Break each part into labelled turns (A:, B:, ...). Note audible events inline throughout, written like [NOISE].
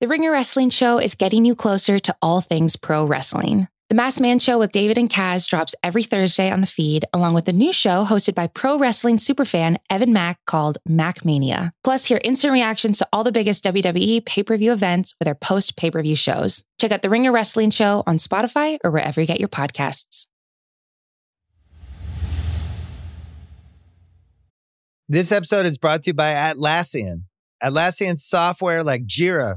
A: The Ringer Wrestling Show is getting you closer to all things pro wrestling. The Mass Man Show with David and Kaz drops every Thursday on the feed, along with a new show hosted by pro wrestling superfan Evan Mack called Mac Mania. Plus, hear instant reactions to all the biggest WWE pay per view events with our post pay per view shows. Check out The Ringer Wrestling Show on Spotify or wherever you get your podcasts.
B: This episode is brought to you by Atlassian. Atlassian software like Jira,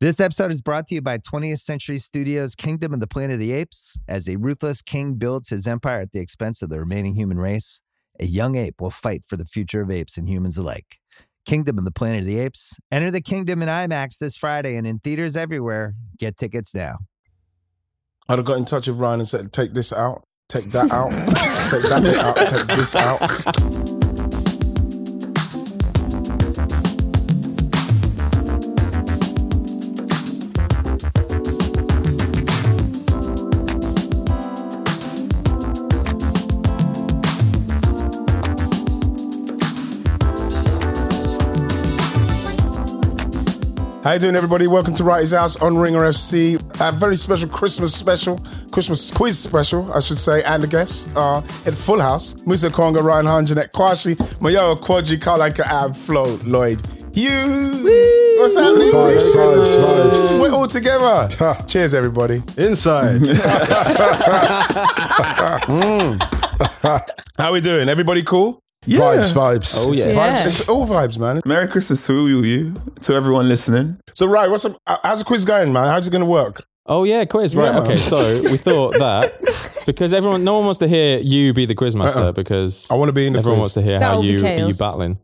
B: This episode is brought to you by 20th Century Studios' Kingdom of the Planet of the Apes. As a ruthless king builds his empire at the expense of the remaining human race, a young ape will fight for the future of apes and humans alike. Kingdom of the Planet of the Apes. Enter the kingdom in IMAX this Friday and in theaters everywhere. Get tickets now.
C: I'd have got in touch with Ryan and said, take this out, take that out, take that bit out, take this
D: [LAUGHS]
C: out. How you doing, everybody? Welcome to Writer's House on Ringer FC. A very special Christmas special, Christmas quiz special, I should say, and the guests are at Full House, Musa Conga, Ryan Han, Jeanette Kwashi, Mayo Kwaji, Karlanka, and Flo Lloyd Hughes. What's happening?
D: Vibes, vibes, vibes.
C: We're all together. Cheers, everybody. [LAUGHS]
D: Inside. [LAUGHS]
C: Mm. [LAUGHS] How we doing? Everybody cool?
D: Vibes, vibes.
E: Oh, yeah.
C: Vibes? It's all vibes, man.
F: Merry Christmas to all you, to everyone listening.
C: So, right, what's up? How's the quiz going, man? How's it going to work?
E: Oh yeah, quiz. Right.
C: Yeah.
E: Okay. So we thought that because everyone, no one wants to hear you be the quizmaster
C: Uh-uh.
E: because
C: I want to be in the
E: everyone
C: quiz.
E: wants to hear
G: That
E: how
G: would be
E: you you
G: chaos.
E: battling.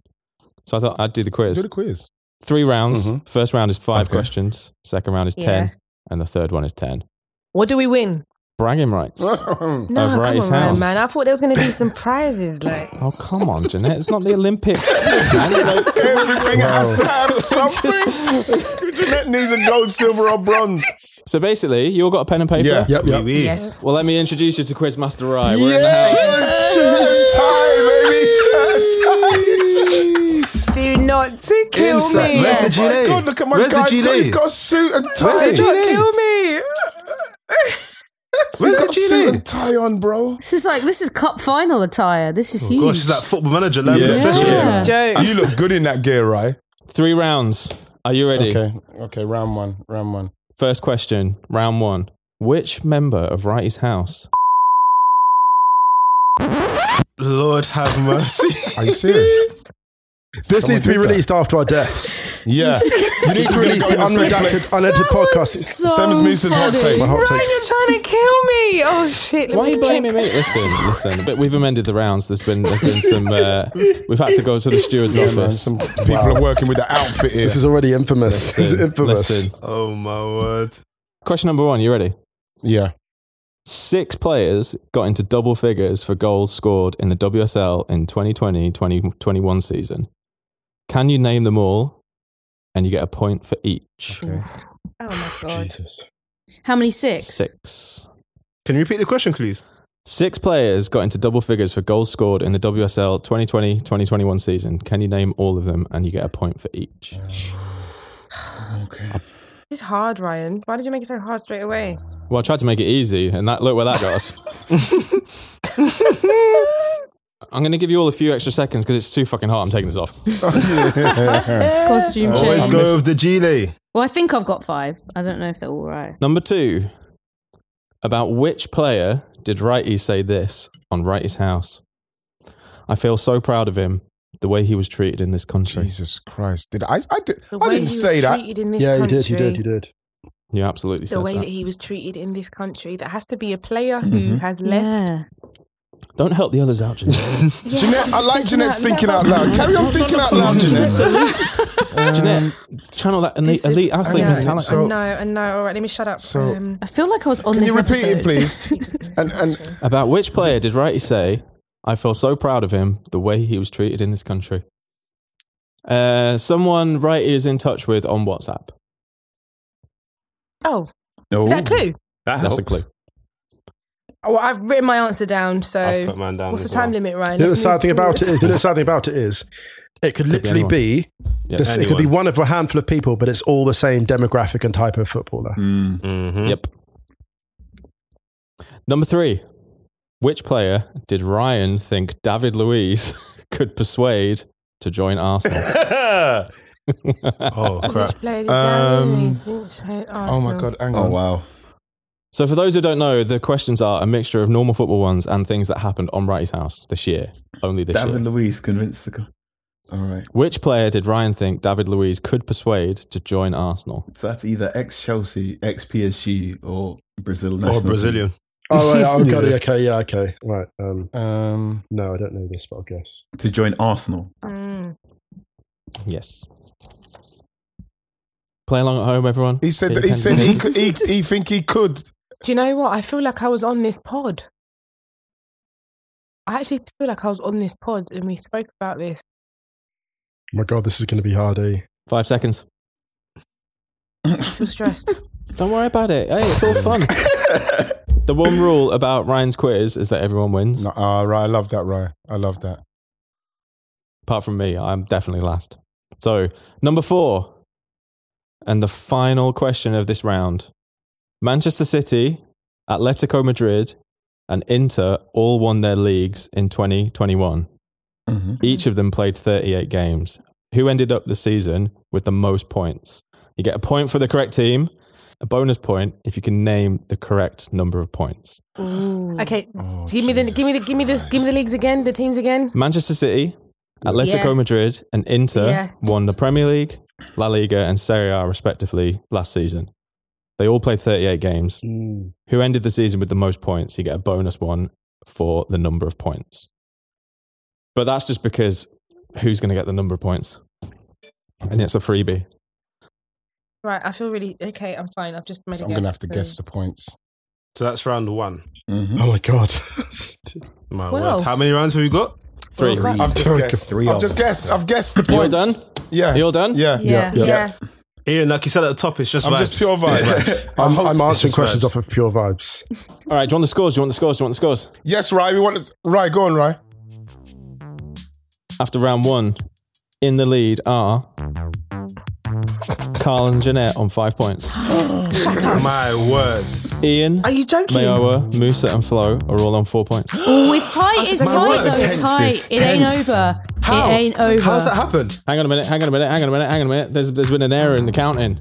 E: So I thought I'd do the
C: Do
E: quiz.
C: the quiz. Mm-hmm.
E: Three rounds.
D: Mhm.
E: First round is five
C: Okay.
E: questions. Second round is
G: Yeah.
E: ten, and the third one is ten.
G: What do we win?
E: Bragging rights.
C: Ah. All
E: Of
G: No, come
E: Ray's
G: on, Ryan,
E: house.
G: man. I thought there was going to be some prizes. Like,
E: Oh come on, Jeanette! It's not the Olympics. man.
C: [LAUGHS] [LAUGHS] Everything has
E: [LAUGHS]
C: to have something.
E: Just-
C: Jeanette needs a gold, silver, or bronze.
E: so basically, you all got a pen and paper.
C: Yeah.
D: Yep, yep.
G: yes.
E: Well, let me introduce you to Quizmaster Rye. We're in the
C: Yeah,
E: house.
C: shirt and tie, [LAUGHS] baby. Shirt and tie.
G: Do not to kill
D: Inside.
G: me.
D: Where's the G- Gilet.
C: God, look at Oh my
D: Where's the
C: guy's
D: gilet?
C: got- He's got a suit and tie.
D: Where's
G: Do not
D: Gilet?
G: kill me.
C: He's
D: Where's the
C: got a suit
D: G?
C: and tie on, bro.
H: This is like this is cup final attire. This
I: Oh,
H: is huge.
D: Gosh, is that football manager level
C: Yeah.
D: official?
H: Yeah.
G: Joke.
C: You look good in that gear, right?
E: Three rounds. Are you ready?
C: Okay, okay, round one, round one.
E: First question, round one. Which member of Righty's house?
D: Lord have mercy.
C: [LAUGHS] Are you serious?
D: this
C: Someone
D: needs to be
C: did that.
D: released after our deaths.
C: yeah.
E: [LAUGHS]
I: [LAUGHS]
D: You need to release the unredacted, unedited podcast.
G: So
C: Same as Moose's hot
G: funny.
C: take.
D: My hot
G: Ryan,
D: take.
G: you're trying to kill me. Oh shit. Let
E: Why are
G: me
E: you blaming me? Listen, listen. But we've amended the rounds. There's been there's been some. Uh, we've had to go to the steward's
C: Yeah, man,
E: office.
C: some people are working with the outfit here.
D: This is already infamous. This is
E: Listen,
D: infamous.
E: listen.
D: Oh my word. [LAUGHS]
E: Question number one. You ready?
C: yeah.
E: Six players got into double figures for goals scored in the WSL in 2020-2021 season. Can you name them all? And you get a point for each.
G: Oh my god.
H: How many six?
E: Six.
D: Can you repeat the question, please?
E: Six players got into double figures for goals scored in the WSL 2020-2021 season. Can you name all of them and you get a point for each?
C: Okay.
G: It's hard, Ryan. Why did you make it so hard straight away?
E: Well, I tried to make it easy and that look where that got us.
C: [LAUGHS]
E: I'm going to give you all a few extra seconds because it's too fucking hot. I'm taking this off.
H: Costume
D: Always
H: change.
D: go with the Gile.
H: Well, I think I've got five. I don't know if they're all right.
E: Number two. About which player did Righty say this on Righty's house? I feel so proud of him, the way he was treated in this country.
C: Jesus Christ. Did I? I, did,
G: The
C: I
G: way he
C: didn't
G: was
C: say that.
G: treated in this
D: Yeah, you
G: country,
D: did, you did, you did.
E: You absolutely
G: The
E: said
G: way
D: Mm-hmm.
E: that.
G: that he was treated in this country, that has to be a player who has left
H: Yeah.
E: Don't help the others out,
G: [LAUGHS]
E: Jeanette.
C: Jeanette, I like Jeanette thinking out loud. Carry on thinking out loud, Jeanette.
E: Jeanette, channel that elite,
G: This is-
E: elite athlete
G: I know,
E: mentality.
C: So-
G: I know, I know. All right, let me shut up.
C: So-
G: um,
H: I feel like I was on
C: Can
H: this
C: you repeat
H: episode.
C: it,
H: [LAUGHS]
G: [LAUGHS]
C: please? And and
E: About which player did Righty say, I feel so proud of him, the way he was treated in this country? Uh, someone Righty is in touch with on WhatsApp.
G: oh,
F: No.
G: is that a clue?
F: That
E: That's
F: helps.
E: a clue.
G: Oh, well, I've written my answer down.
J: I've
G: So,
J: put mine down
G: what's the
J: as
G: time
J: well.
G: limit, Ryan?
D: The other
G: Let's
D: sad
G: move
D: thing about it
G: forward.
D: is, the other sad thing about it is, it could literally
E: anyone.
D: be,
E: Yeah,
D: this, it could be
J: anyone.
D: one of a handful of people, but it's all the same demographic and type of footballer.
F: Mm.
C: Mm-hmm.
J: Mhm.
E: Yep. Number three. Which player did Ryan think David Luiz [LAUGHS] could persuade to join
C: [LAUGHS]
E: Arsenal? [LAUGHS]
J: Oh crap!
G: Which player did
C: Um,
G: Daniel Luiz intro-
C: oh my
G: Arsenal?
C: god, hang
F: Oh
C: on.
F: wow.
E: so, for those who don't know, the questions are a mixture of normal football ones and things that happened on Righty's house this year, only this year.
F: David Luiz convinced the. co- All right.
E: Which player did Ryan think David Luiz could persuade to join Arsenal?
F: So that's either ex Chelsea, ex PSG, or Brazil national.
J: Or
F: team.
J: Brazilian.
D: Oh, right, oh, got it, okay, yeah, okay, right. Um,
C: Um,
D: no, I don't know this, but I'll guess.
F: to join Arsenal.
G: Mm.
E: Yes. Play along at home, everyone.
C: he said
E: Get
C: that
E: your
C: he
E: pen
C: said
E: ready. [LAUGHS]
C: he could, he, he think he could.
G: Do you know what? I feel like I was on this pod. I actually feel like I was on this pod and we spoke about this.
D: My God, this is going to be hard, eh?
E: Five seconds.
G: I feel stressed.
E: [LAUGHS] Don't worry about it. Hey, it's all
C: [LAUGHS]
E: fun. the one rule about Ryan's quiz is that everyone wins,
C: No, oh, right, I love that, Ryan. I love that.
E: apart from me. I'm definitely last. So, number four, and the final question of this round Manchester City, Atletico Madrid, and Inter all won their leagues in 2021.
F: Mhm.
E: Each of them played 38 games. Who ended up the season with the most points? You get a point for the correct team, a bonus point if you can name the correct number of points.
G: okay,
C: Oh,
G: give me the give me the give me this give me the leagues again, the teams again.
E: Manchester City, Atletico
G: Yeah.
E: Madrid, and Inter
G: Yeah.
E: won the Premier League, La Liga, and Serie A respectively last season. They all played 38 games.
C: Hmm.
E: Who ended the season with the most points? You get a bonus one for the number of points. But that's just because who's going to get the number of points? And it's a freebie.
G: Right, I feel really okay. I'm fine. I've just made
C: So
G: a
C: I'm
G: guess.
C: gonna have to guess
G: so-
C: the points.
J: So that's round one.
F: Mhm.
E: Mm-hmm.
D: Oh my
I: [LAUGHS]
D: God.
J: My
G: Wow.
J: word. How many rounds have we got?
E: Three.
C: I've just guessed.
F: Three
C: I've
F: of
C: just
F: them.
C: guessed. I've guessed the
E: You're
C: points.
E: done?
C: Yeah.
E: You're done?
C: yeah.
H: Yeah.
G: Yeah.
J: Ian, like you said at the top, it's just
C: I'm
J: vibes.
C: just pure vibe.
D: I'm,
J: hope
D: I'm
J: this
D: answering
J: is
D: questions
J: vibes.
D: off of pure vibes.
E: All right, do you want the scores? Do you want the scores? Do you want the scores?
C: yes, Ryan. We want to, Ryan. Go on, Ryan.
E: After round one, in the lead are Carl and Jeanette on five
G: [GASPS]
E: points. [GASPS]
J: My word.
E: Ian,
G: Are you joking?
E: Mayowa, Musa, and Flo are all on four points.
H: Oh, it's tight. It's
J: my
H: tight,
J: word.
H: though. It's
J: Tense
H: tight.
J: this.
H: It ain't
J: Tense.
H: over.
J: How?
H: It ain't over.
J: How's that happened?
E: Hang on a minute, hang on a minute, hang on a minute, hang on a minute. There's, there's been an error in the counting.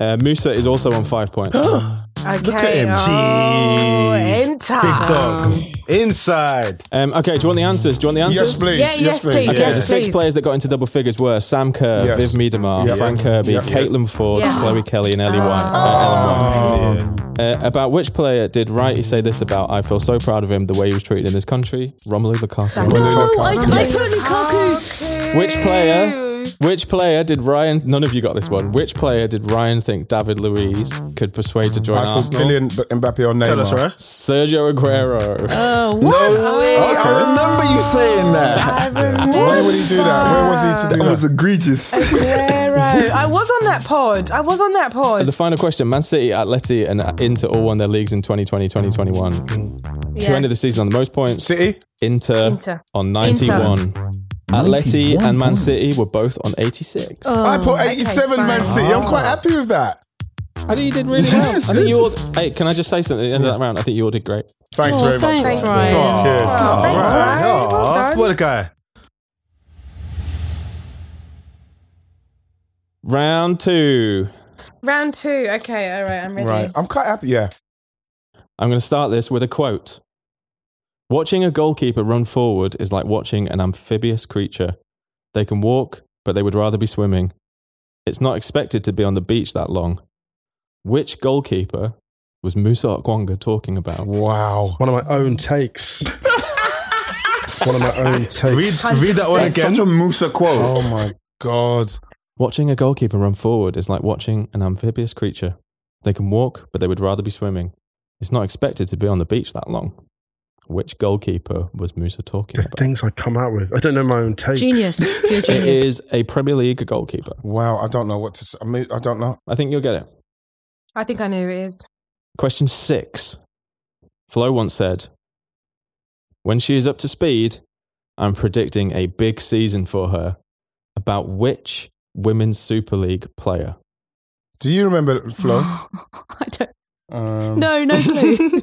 E: Uh, Musa is also on five
G: [GASPS]
E: points.
G: Okay.
J: Look at him.
G: Oh,
J: Jeez.
G: enter.
J: Big dog. Inside.
E: Um, okay, do you want the answers? Do you want the answers?
C: Yes, please.
G: Yeah, yes, please.
E: Okay,
J: Yeah.
E: the
G: Yes,
E: six
G: please.
E: players that got into double figures were Sam Kerr,
C: Yes.
E: Viv Miedemar, Frank Kirby, Caitlin Ford,
G: Yeah. Oh.
E: Chloe Kelly, and Ellie White. Uh, Ellen White. Uh, about which player did Righty say this about? I feel so proud of him, the way he was treated in this country. Romelu Lukaku.
H: Oh, I, I put Lukaku.
E: Which player? Which player did Ryan? None of you got this one. Which player did Ryan think David Luiz could persuade to join
C: I thought
E: Arsenal?
C: Kylian B- Mbappe or Neymar.
J: Tell us, right?
E: Sergio Aguero.
G: Uh,
H: Oh, what?
F: Hey, I remember you saying that.
C: Why would he do that? Where was he to
F: That
C: do
F: was
C: that?
F: egregious.
G: Aguero. I was on that pod. I was on that pod.
E: the final question: Man City, Atleti, and Inter all won their leagues in 2020, 2021. Who
G: yeah.
E: ended the season on the most points?
C: City.
E: Inter,
G: Inter.
E: on 91. Atleti and Man City were both on 86.
H: Oh,
C: I put 87
G: fine.
C: Man City. I'm
I: Oh.
C: quite happy with that.
E: I think you did really well. I think you all. Hey, can I just say something at the end of that round? I think you all did great.
C: Thanks
H: Oh,
C: very
H: thanks,
C: much. Ryan.
H: Ryan.
J: Good.
G: thanks, Ryan.
J: Aw,
G: Well done.
J: What a guy.
E: Round two.
G: Round two. Okay, all right, I'm ready.
C: Right. I'm quite happy. Yeah.
E: I'm going to start this with a quote. Watching a goalkeeper run forward is like watching an amphibious creature. They can walk, but they would rather be swimming. It's not expected to be on the beach that long. Which goalkeeper was Musa Okwonga talking about?
C: Wow.
D: One of my own takes.
C: One of my own
J: Read,
C: takes.
J: read that one
F: That's
J: again.
F: such a Musa quote.
C: Oh my God.
E: Watching a goalkeeper run forward is like watching an amphibious creature. They can walk, but they would rather be swimming. It's not expected to be on the beach that long. Which goalkeeper was Musa talking
C: The
E: about?
C: things I come out with. I don't know my own takes. [LAUGHS]
H: Genius. You're a
E: It
H: genius.
E: is a Premier League goalkeeper.
C: Wow, I don't know what to say. I mean, I don't know.
E: I think you'll get it.
G: I think I know who it is.
E: Question six. Flo once said, When she is up to speed, I'm predicting a big season for her about which Women's Super League player?
C: Do you remember Flo?
H: I don't.
C: Um,
H: No,
C: [LAUGHS]
H: no clue.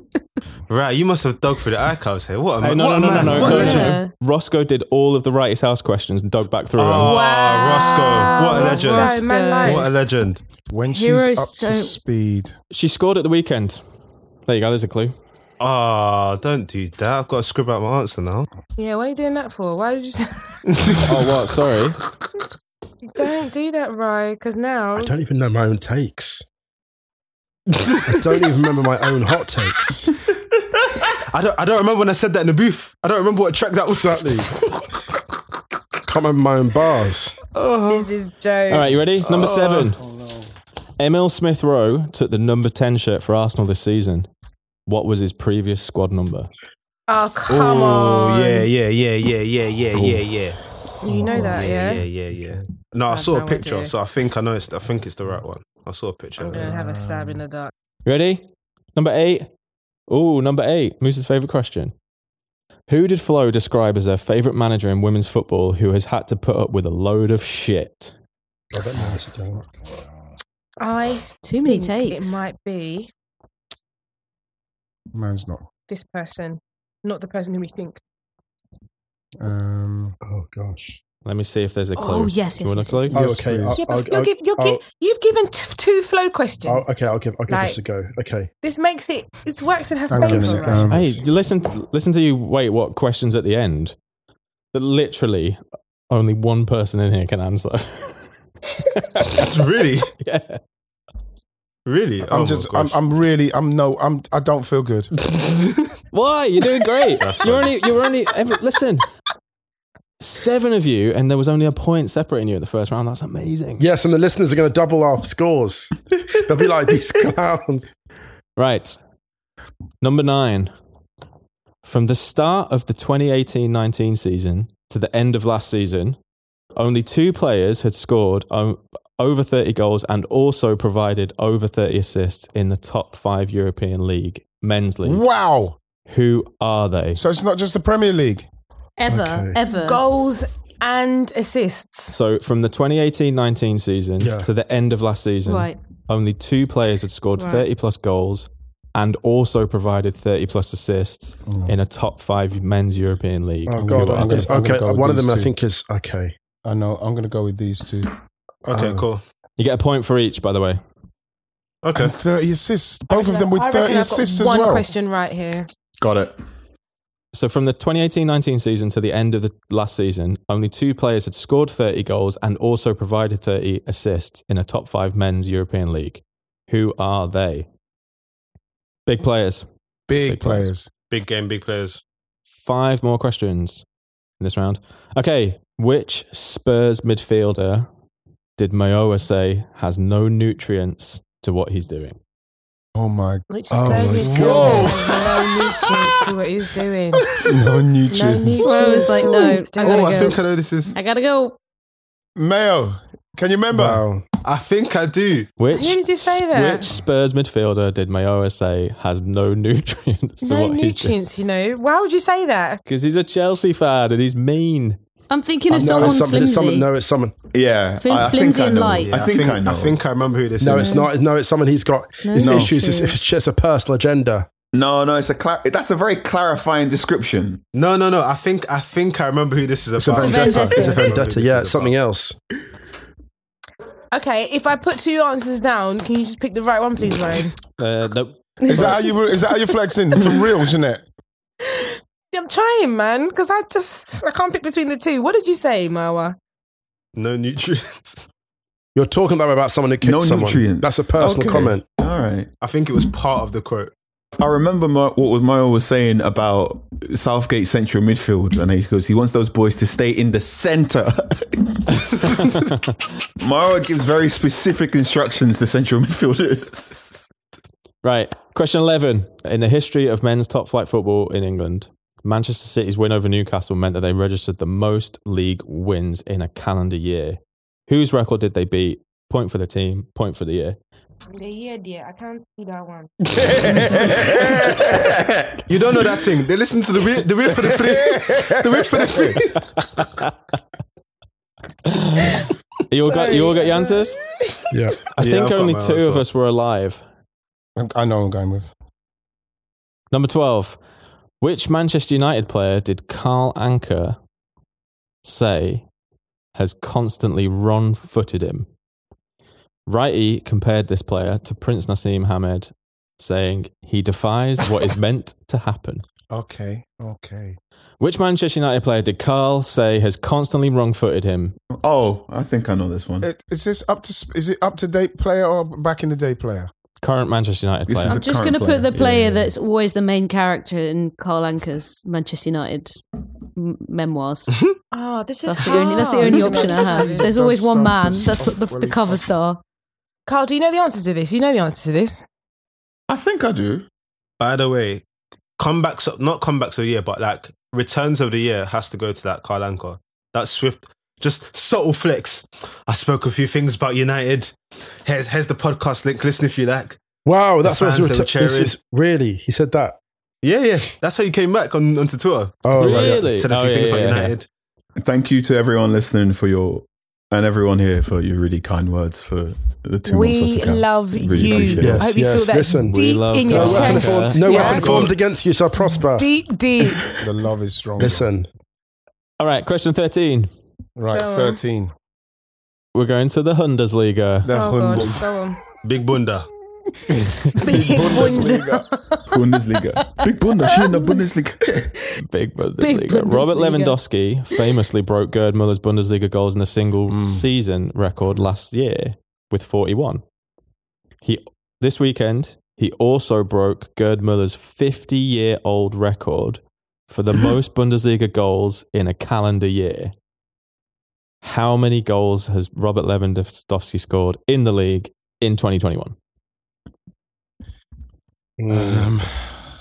J: Right, you must have dug through the archives here. What a
E: Hey,
J: man.
E: no,
J: what
E: no,
J: a
E: no, no,
J: man.
E: no,
J: What a
E: no,
J: legend.
E: no. Roscoe did [LAUGHS] all of the Rightest House questions and dug back through
J: Oh,
E: them.
J: Roscoe. What a legend.
G: Ah, Roscoe, man, like-
J: What a legend.
C: when she's
H: Heroes
C: up to
H: don't-
C: speed.
E: She scored at the weekend. There you go, there's a clue.
J: Oh, don't do that. I've got to scribble out my answer now.
G: Yeah, what are you doing that for? Why did you say,
E: [LAUGHS] Oh, what? Sorry.
G: [LAUGHS] don't do that, right? Because now
C: I don't even know my own takes.
J: [LAUGHS]
C: I don't even remember my own hot takes.
J: I don't, I don't remember when I said that in the booth. I don't remember what track that was.
C: Exactly.
J: [LAUGHS]
C: Can't remember my own bars.
G: this is Joe.
E: All right, you ready?
C: Oh.
E: Number seven. Emil Smith Rowe took the number 10 shirt for Arsenal this season. What was his previous squad number?
G: Oh come
J: Oh,
G: on!
J: yeah, yeah, yeah, yeah, yeah, yeah, yeah, yeah. Oh,
G: You know that,
J: Yeah,
G: yeah?
J: yeah, yeah, yeah. No, I
G: I've
J: saw
G: no
J: a picture,
G: idea.
J: so I think I know it's, I think it's the right one. I saw a picture.
G: I'm
J: of
G: gonna
J: it.
G: have a stab in the dark.
E: You ready? Number eight. Oh, number eight. Moose's favourite question. Who did Flo describe as her favourite manager in women's football who has had to put up with a load of shit?
C: I don't know how to go.
G: I
H: Too many
G: think
H: takes.
G: It might be
C: Mine's not.
G: this person, not the person who we think.
C: Um, oh gosh.
E: Let me see if there's a clue.
H: Oh, yes,
E: You
H: yes,
E: want
H: yes,
E: a clue?
H: yes,
C: Oh,
H: yes.
C: okay. I'll,
G: Yeah,
C: I'll,
G: but you're
C: I'll-
G: give, you're
C: I'll-
G: gi- you've given t- two flow questions.
C: I'll- okay, I'll give, I'll give
G: Like-
C: this a go. Okay.
G: This makes it. This works in her
C: Hang on a
G: favour.
C: minute,
G: right?
C: um,
E: Hey, listen, listen to you. Wait, what questions at the end? That literally only one person in here can answer. [LAUGHS]
C: [LAUGHS]
J: really?
E: yeah.
J: Really? Oh
C: I'm
J: my
C: just, I'm,
J: gosh.
C: I'm really, I'm no, [LAUGHS] I'm, I don't feel good.
E: Why? You're doing great.
J: That's
E: you're
J: fine.
E: only, you're only, every, listen, seven of you, and there was only a point separating you in the first round. That's amazing.
D: Yes, and the listeners are going to double our scores. They'll be like these clowns.
E: Right. Number nine. From the start of the 2018 19 season to the end of last season, only two players had scored o- over 30 goals and also provided over 30 assists in the top five European League, men's league.
C: Wow.
E: Who are they?
C: So it's not just the Premier League.
H: Ever,
D: Okay.
H: ever.
G: Goals and assists.
E: So, from the 2018 19 season
D: Yeah.
E: to the end of last season,
H: Right.
E: only two players had scored
H: Right.
E: 30 plus goals and also provided 30 plus assists
D: Oh.
E: in a top five men's European league.
C: Oh, God,
E: Who
C: I'm
E: are
C: gonna-
E: they?
C: I'm gonna
D: Okay,
C: go with
D: one of
C: these
D: them I
C: two.
D: think is okay.
C: I know. I'm going to go with these two.
J: okay,
C: Oh.
J: cool.
E: You get a point for each, by the way.
J: Okay.
C: And 30 assists. Both of them with
G: I reckon
C: 30
G: I've got
C: assists as
G: one
C: well.
G: question right here.
F: Got it.
E: So, from the 2018 19 season to the end of the last season, only two players had scored 30 goals and also provided 30 assists in a top five men's European league. Who are they? Big players.
C: Big,
E: Big players.
C: players.
J: Big game, big players.
E: Five more questions in this round. Okay. Which Spurs midfielder did Mayowa say has no nutrients to what he's doing?
C: Oh my
G: Which
C: Oh,
G: Spurs
C: my
G: is
C: God.
G: doing? No nutrients to what
C: [LAUGHS] No
G: he's doing.
C: nutrients.
G: No
H: Flo is like,
G: nutrients to
H: no, I
G: what he's doing.
J: Oh, I think I know this is.
H: I gotta go.
C: [LAUGHS] Mayo, can you remember?
D: Wow.
J: I think I do.
E: Which,
G: Who did you say that?
E: which Spurs midfielder did Mayowa say has no [LAUGHS] nutrients to
G: no
E: what he's doing?
G: nutrients, you know. Why would you say that?
E: Because he's a Chelsea fan and he's mean.
H: I'm thinking of
D: no,
H: someone
D: it's someone, it's
H: flimsy.
D: someone. No, it's someone.
F: Yeah.
H: Flim-
F: I, I think
H: flimsy
F: I
H: and
F: know.
H: light.
F: Yeah, I, think, I know.
J: I think I remember who this
D: No,
J: is.
D: it's not. No, it's someone he's got
H: No,
D: his
H: no.
D: issues. It's, it's just a personal agenda.
F: No, no, it's a cla- that's a very clarifying description.
J: No, no, no. I think I think I remember who this is
D: It's a
J: about.
D: vendetta.
H: vendetta.
D: It's a
J: I remember who
D: vendetta.
J: this
D: Yeah,
J: is
D: it's something
J: about.
D: else.
G: Okay, if I put two answers down, can you just pick the right one, please, Ryan?
E: Uh, no,
C: Is that how you? Is that how you flexing [LAUGHS] for real, Jeanette?
G: I'm trying, man, because I just I can't pick between the two. What did you say, Marwa?
J: No nutrients.
D: You're talking about about someone who kicked
F: No
D: someone.
F: nutrients.
D: That's a personal
F: Okay.
D: comment.
F: All right.
J: I think it was part of the quote.
F: I remember Mo- what was Moyle was saying about Southgate central midfield, and he goes, he wants those boys to stay in the centre. [LAUGHS] Moyle gives very specific instructions to central midfielders.
E: Right. Question 11. In the history of men's top flight football in England, Manchester City's win over Newcastle meant that they registered the most league wins in a calendar year. Whose record did they beat? Point for the team, point for the year.
G: The year, dear. I can't do that one.
J: You don't know that thing. They listen to the wheel, the wheel for the flip. The wheel for the flip.
E: You all got, you all got your answers?
D: Yeah.
E: I
J: Yeah, I've
E: think
J: got
E: only
J: my
E: two of
J: answer.
E: us were alive.
C: I- I know I'm going with.
E: Number 12. Which Manchester United player did Carl Anker say has constantly wrong footed him? Righty compared this player to Prince Nassim Hamed, saying he defies what is meant to happen.
C: Okay, okay.
E: Which Manchester United player did Carl say has constantly wrong footed him?
F: Oh, I think I know this one.
C: It, is this up to sp- is it up to date player or back in the day player?
E: Current Manchester United
F: This
E: player.
F: is
H: I'm
F: the
H: just
F: current
H: going to put the
F: player. Yeah,
H: player
F: yeah, yeah.
H: that's always the main character in Carl Anker's Manchester United m- memoirs.
C: [LAUGHS]
H: Ah,
G: Oh, this is
H: That's the only. That's the only option I have. There's always one man. That's the, the, the cover star.
G: Carl, do you know the answer to this? You know the answer to this.
J: I think I do.
I: By the way, comebacks of- not comebacks of the year, but like returns of the year has to go to that Carl Anker. That swift, just subtle flex. I spoke a few things about United. Here's here's the podcast link. Listen if you like.
D: Wow, that's
I: The
D: what
I: fans,
D: it's
I: they were
D: reti- this
I: cheering.
D: is really. He said that.
I: Yeah, yeah. That's how you came back on onto Twitter.
D: Oh, right, yeah.
E: Really?
I: Said a
E: Oh,
I: few
E: yeah,
I: things
E: yeah,
I: about
E: yeah.
I: United.
F: Thank you to everyone listening for your and everyone here for your really kind words for the two months.
G: we
F: I took out.
G: love
F: Really
G: you.
D: it.
F: appreciate
G: I hope you
D: Yes,
G: feel that
D: listen,
E: we
G: deep
E: love
G: in
E: that.
G: your
D: No
E: Yes.
D: weapon
E: Yes.
G: chest.
D: formed, no
G: Yeah.
D: weapon formed against you shall prosper.
C: [LAUGHS]
G: Deep, deep.
C: The love is strong.
D: Listen,
E: All right, question 13.
C: right,
G: Go on.
C: thirteen.
E: We're going to the Bundesliga.
C: The
G: Oh God,
C: Hundes.
G: go on.
I: Big Bunda.
F: Bundesliga. Big Bunda. She in the Bundesliga.
E: Big Bundesliga.
H: Bundesliga.
E: Robert Lewandowski famously broke Gerd Muller's Bundesliga goals in a single season record last year with 41. He this weekend he also broke Gerd Muller's 50-year-old record for the most Bundesliga goals in a calendar year. How many goals has Robert Lewandowski scored in the league in 2021?
F: Mm.
C: Um,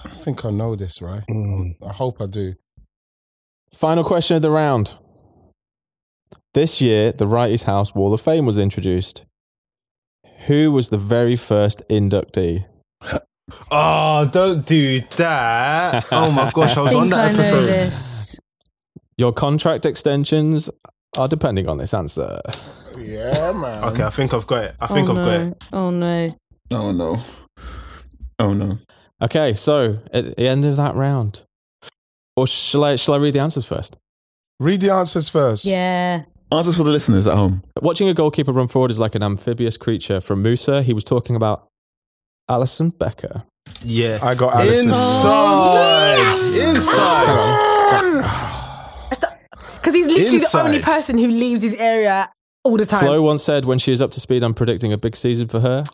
C: I think I know this, right? I hope I do.
E: Final question of the round. This year, the Righties House Wall of Fame was introduced. Who was the very first inductee?
I: Oh, don't do
C: [LAUGHS]
I: that. Oh my gosh, I
H: I
I: was on
H: think I
I: that
H: know
I: episode.
H: this.
E: Your contract extensions are depending on this answer.
C: Yeah, man.
I: Okay, I think I've got it. I think
H: oh,
I: I've
H: no.
I: got it.
H: Oh no!
F: Oh no. Oh no.
E: Okay, so at the end of that round, or shall I, shall I read the answers first?
C: Read the answers first.
H: Yeah.
F: Answers for the listeners at home.
E: Watching a goalkeeper run forward is like an amphibious creature. From Musa, he was talking about Alison Becker.
I: Yeah.
C: I got Alison.
I: Inside.
G: [SIGHS]
I: Inside.
G: Because he's literally
I: Inside.
G: the only person who leaves his area all the time.
E: Flo once said when she is up to speed, I'm predicting a big season for her.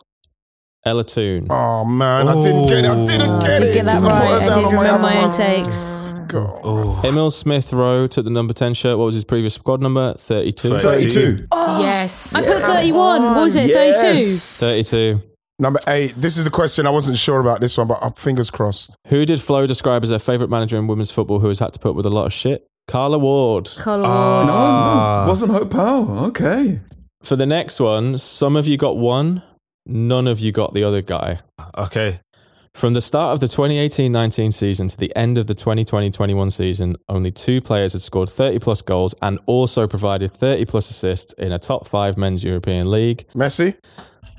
E: Ella Toon.
C: Oh man, I didn't get it. I didn't
H: I
C: get
H: did
C: it.
H: get that
C: put
H: right.
C: it
H: I
C: down
H: did
C: on
H: remember
C: other
H: my
C: one.
H: own takes.
C: God.
I: Oh.
E: Emil Smith Rowe took the number 10 shirt. What was his previous squad number? 32.
F: 32.
G: Oh, yes.
H: I put 31. What was it?
E: 32.
C: Number eight. This is the question I wasn't sure about this one, but uh, fingers crossed.
E: Who did Flo describe as her favourite manager in women's football who has had to put up with a lot of shit? Carla Ward.
H: 32.
C: Ah.
H: Colour Ward.
F: Oh, no. Wasn't Hope Powell. Okay.
E: For the next one, some of you got one, none of you got the other guy.
I: Okay.
E: From the start of the 2018 19 season to the end of the 2020 21 season, only two players had scored 30 plus goals and also provided 30 plus assists in a top five men's European league.
C: Messi,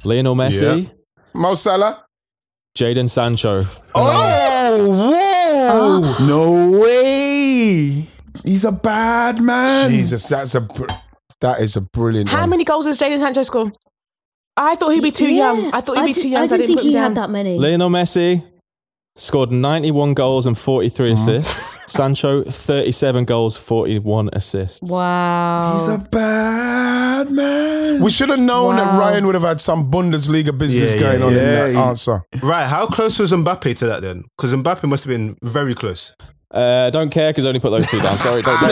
E: Lionel Messi,
C: Mo Salah.
E: Jadon Sancho.
F: Oh, whoa.
H: Ah.
F: No way. He's a bad man.
C: Jesus, that's a br- that is a brilliant.
G: How
C: one.
G: many goals does Jaden Sancho score? I thought he'd be too
H: Yeah.
G: young. I thought he'd be
H: did-
G: too young.
H: I
G: so
H: didn't think
G: put him
H: he
G: down.
H: had that many.
E: Lionel Messi scored 91 goals and 43
C: Mm-hmm.
E: assists. Sancho, 37 goals, 41 assists.
H: Wow.
F: He's a bad man.
C: We should have known that
I: Wow.
C: Ryan would have had some Bundesliga business
I: Yeah,
C: going
I: yeah,
C: on
I: yeah,
C: in that
I: yeah.
C: answer.
I: Right, how close was Mbappe to that then? Because Mbappe must have been very close.
E: Uh, don't care because I only put those two down. Sorry,
D: [LAUGHS]
E: don't know.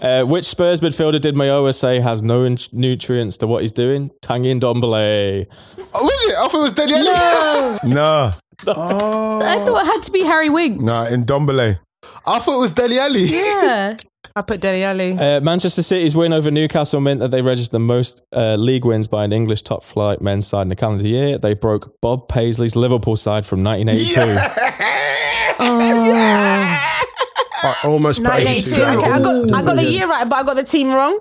E: uh, which Spurs midfielder did Mayowa say has no in- nutrients to what he's doing? Tanguy Ndombele.
C: Oh, was it? I thought it was Daniel.
E: [LAUGHS]
H: No.
C: No,
H: I thought it had to be Harry Winks.
C: no, in Dombele.
I: I thought it was Deli Ali.
H: Yeah.
G: I put Deli Ali.
E: Uh, Manchester City's win over Newcastle meant that they registered the most uh, league wins by an English top flight men's side in the calendar year. They broke Bob Paisley's Liverpool side from 1982.
G: [LAUGHS]
H: Oh.
D: I almost put 82
G: 1982. Okay,
D: down.
G: I got, I got the year right, but I got the team wrong.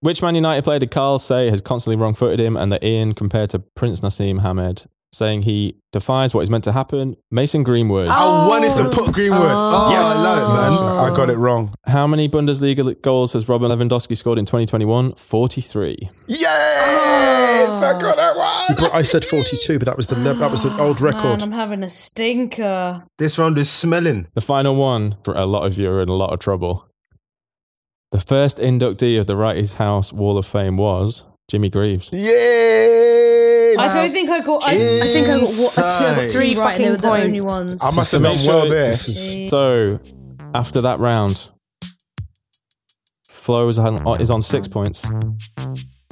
E: Which Man United player did Carl say has constantly wrong footed him and that Ian compared to Prince Nassim Hamed, saying he defies what is meant to happen? Mason Greenwood.
I: I wanted to put Greenwood. Oh, I love it, man.
E: Oh.
C: I got it wrong.
E: How many Bundesliga goals has Robin Lewandowski scored in 2021? 43.
C: Yes, I got that one.
D: But I said 42, but that was the ne- that was the old record.
H: Man, I'm having a stinker.
I: This round is smelling.
E: The final one, for a lot of you are in a lot of trouble. The first inductee of the Righties House Wall of Fame was Jimmy Greaves.
C: Yeah.
H: I don't think I got. I, I think I got what, I got
I: Inside.
H: three right. They were the
G: Fucking
H: only ones.
G: points.
C: I must have
E: So
C: done
E: make
C: well
E: sure-
C: there.
H: [LAUGHS]
C: [LAUGHS]
E: So, after that round, Flo is on, uh, is on six points.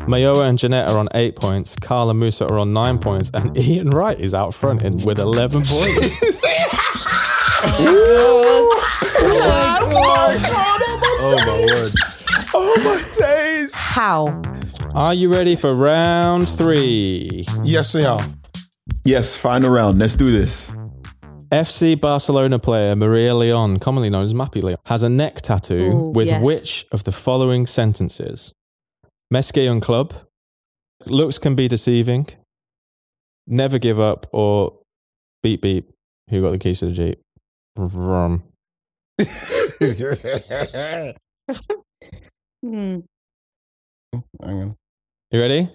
E: Mayowa and Jeanette are on eight points. Carl and Musa are on nine points. And [LAUGHS] Ian Wright is out front in, with 11
C: [LAUGHS]
E: points.
I: Oh, my word.
C: Oh,
G: How?
E: Are you ready for round three?
C: Yes, we are.
F: Yes, final round. Let's do this.
E: FC Barcelona player Maria Leon, commonly known as Mappy Leon, has a neck tattoo
H: Ooh,
E: with
H: yes.
E: which of the following sentences? Mesquillon Club, looks can be deceiving, never give up, or beep beep, who got the keys to the Jeep? Vroom.
H: Hmm.
E: You ready?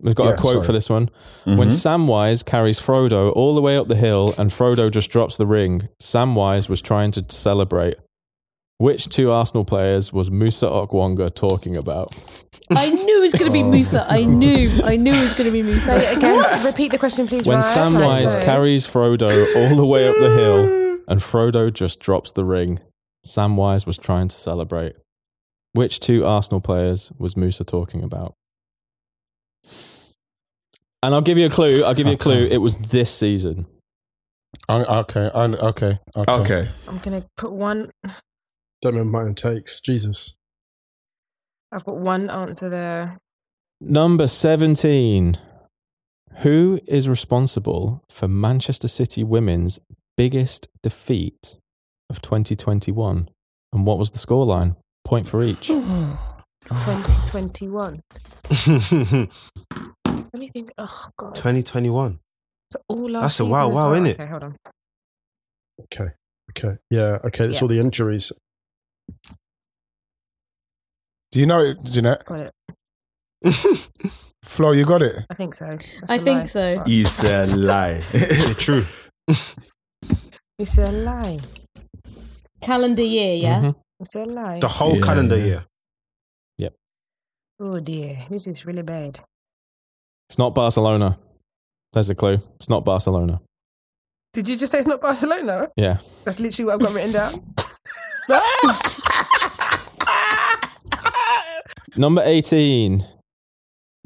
E: We've got a
D: Yeah,
E: quote
D: sorry.
E: for this one. When
F: Mhm.
E: Samwise carries Frodo all the way up the hill and Frodo just drops the ring, Samwise was trying to celebrate. Which two Arsenal players was Musa Okwonga talking about?
H: I knew it was going to be Musa. I knew. I knew it was going to be Musa.
G: Say it again. Repeat the question, please.
E: When
G: Ryan.
E: Samwise
G: Sorry.
E: carries Frodo all the way up the hill and Frodo just drops the ring, Samwise was trying to celebrate. Which two Arsenal players was Musa talking about? And I'll give you a clue. I'll give you a clue. It was this season.
C: okay, okay, okay.
F: Okay.
G: I'm gonna put one.
D: Don't remember my own takes. Jesus.
G: I've got one answer there.
E: Number 17. Who is responsible for Manchester City women's biggest defeat of 2021? And what was the scoreline? Point for each.
G: 2021. Let me think. Oh God.
I: 2021.
G: So all last
I: That's a
G: season
I: wow,
G: as
I: wow,
G: well.
I: innit?
G: Okay, hold on.
D: Okay. Okay. Yeah. Okay. That's
G: Yeah.
D: all the injuries.
C: Do you know it, Jeanette?
G: Got it.
C: Flo, you got it.
G: I think so. That's
H: I
G: a
H: think
G: lie.
H: so.
G: Right.
F: It's a lie. True.
G: It's a lie.
H: Calendar year, yeah.
E: Mhm.
G: It's a lie.
I: The whole
F: Yeah,
I: calendar
F: yeah.
I: year.
G: Oh dear, this is really bad.
E: It's not Barcelona. There's a clue. It's not Barcelona.
G: Did you just say it's not Barcelona?
E: Yeah.
G: That's literally what I've got written down. Ah!
E: Number 18.